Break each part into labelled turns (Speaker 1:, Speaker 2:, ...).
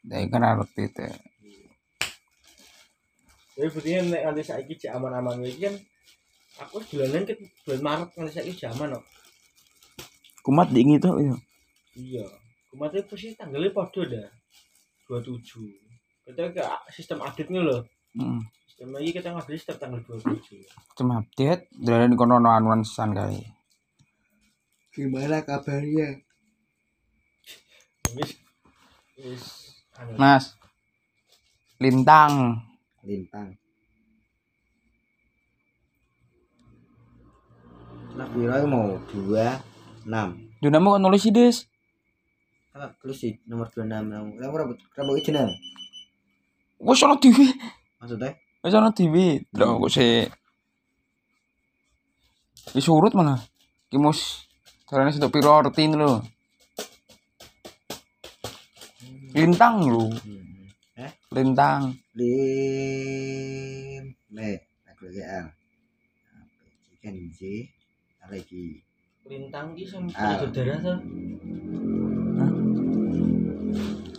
Speaker 1: Daikara waktu itu.
Speaker 2: Jadi buktinya nek nganti saiki cek aman-aman iki kan aku dolanan ke bulan Maret nganti saiki jaman kok.
Speaker 3: kumat dingin tuh iya.
Speaker 2: Iya. Kumate posisi tanggalnya padha dah. 27. Kita ke sistem update-nya loh.
Speaker 3: Hmm.
Speaker 2: Sistem lagi kita ngupdate setiap tanggal 27.
Speaker 1: Cuma update dari kono no anuan sesan kali.
Speaker 4: Gimana kabarnya?
Speaker 2: Wis wis anu.
Speaker 1: Mas. Lintang.
Speaker 4: Lintang. Nah, kira mau dua enam.
Speaker 1: Dunamu kok nulis sih, Des?
Speaker 4: Apa plus sih nomor dua enam enam. Kamu rambut rambut itu nang.
Speaker 1: Wes ono dhewe.
Speaker 4: Maksudnya?
Speaker 1: Wis ono dhewe. Delok kok sik. Wis urut malah. Ki mus jarane sedok piro rutin lho. Lintang lho,
Speaker 4: Hmm.
Speaker 1: lintang.
Speaker 4: Lim le aku lagi ah. al. Ikan J lagi.
Speaker 2: Lintang ki sama
Speaker 4: Ah.
Speaker 2: saudara ta.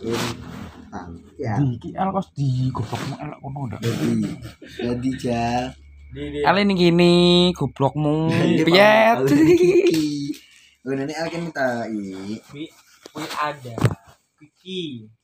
Speaker 4: Lintang. Ya.
Speaker 1: Iki al kos di goblokmu elek kono ndak.
Speaker 4: Jadi jadi jal.
Speaker 2: Di di
Speaker 1: Ale ning kene
Speaker 4: Hmm.
Speaker 1: goblokmu. Piet.
Speaker 4: Oh, nenek Al kan minta i.
Speaker 2: kuwi ada Kiki.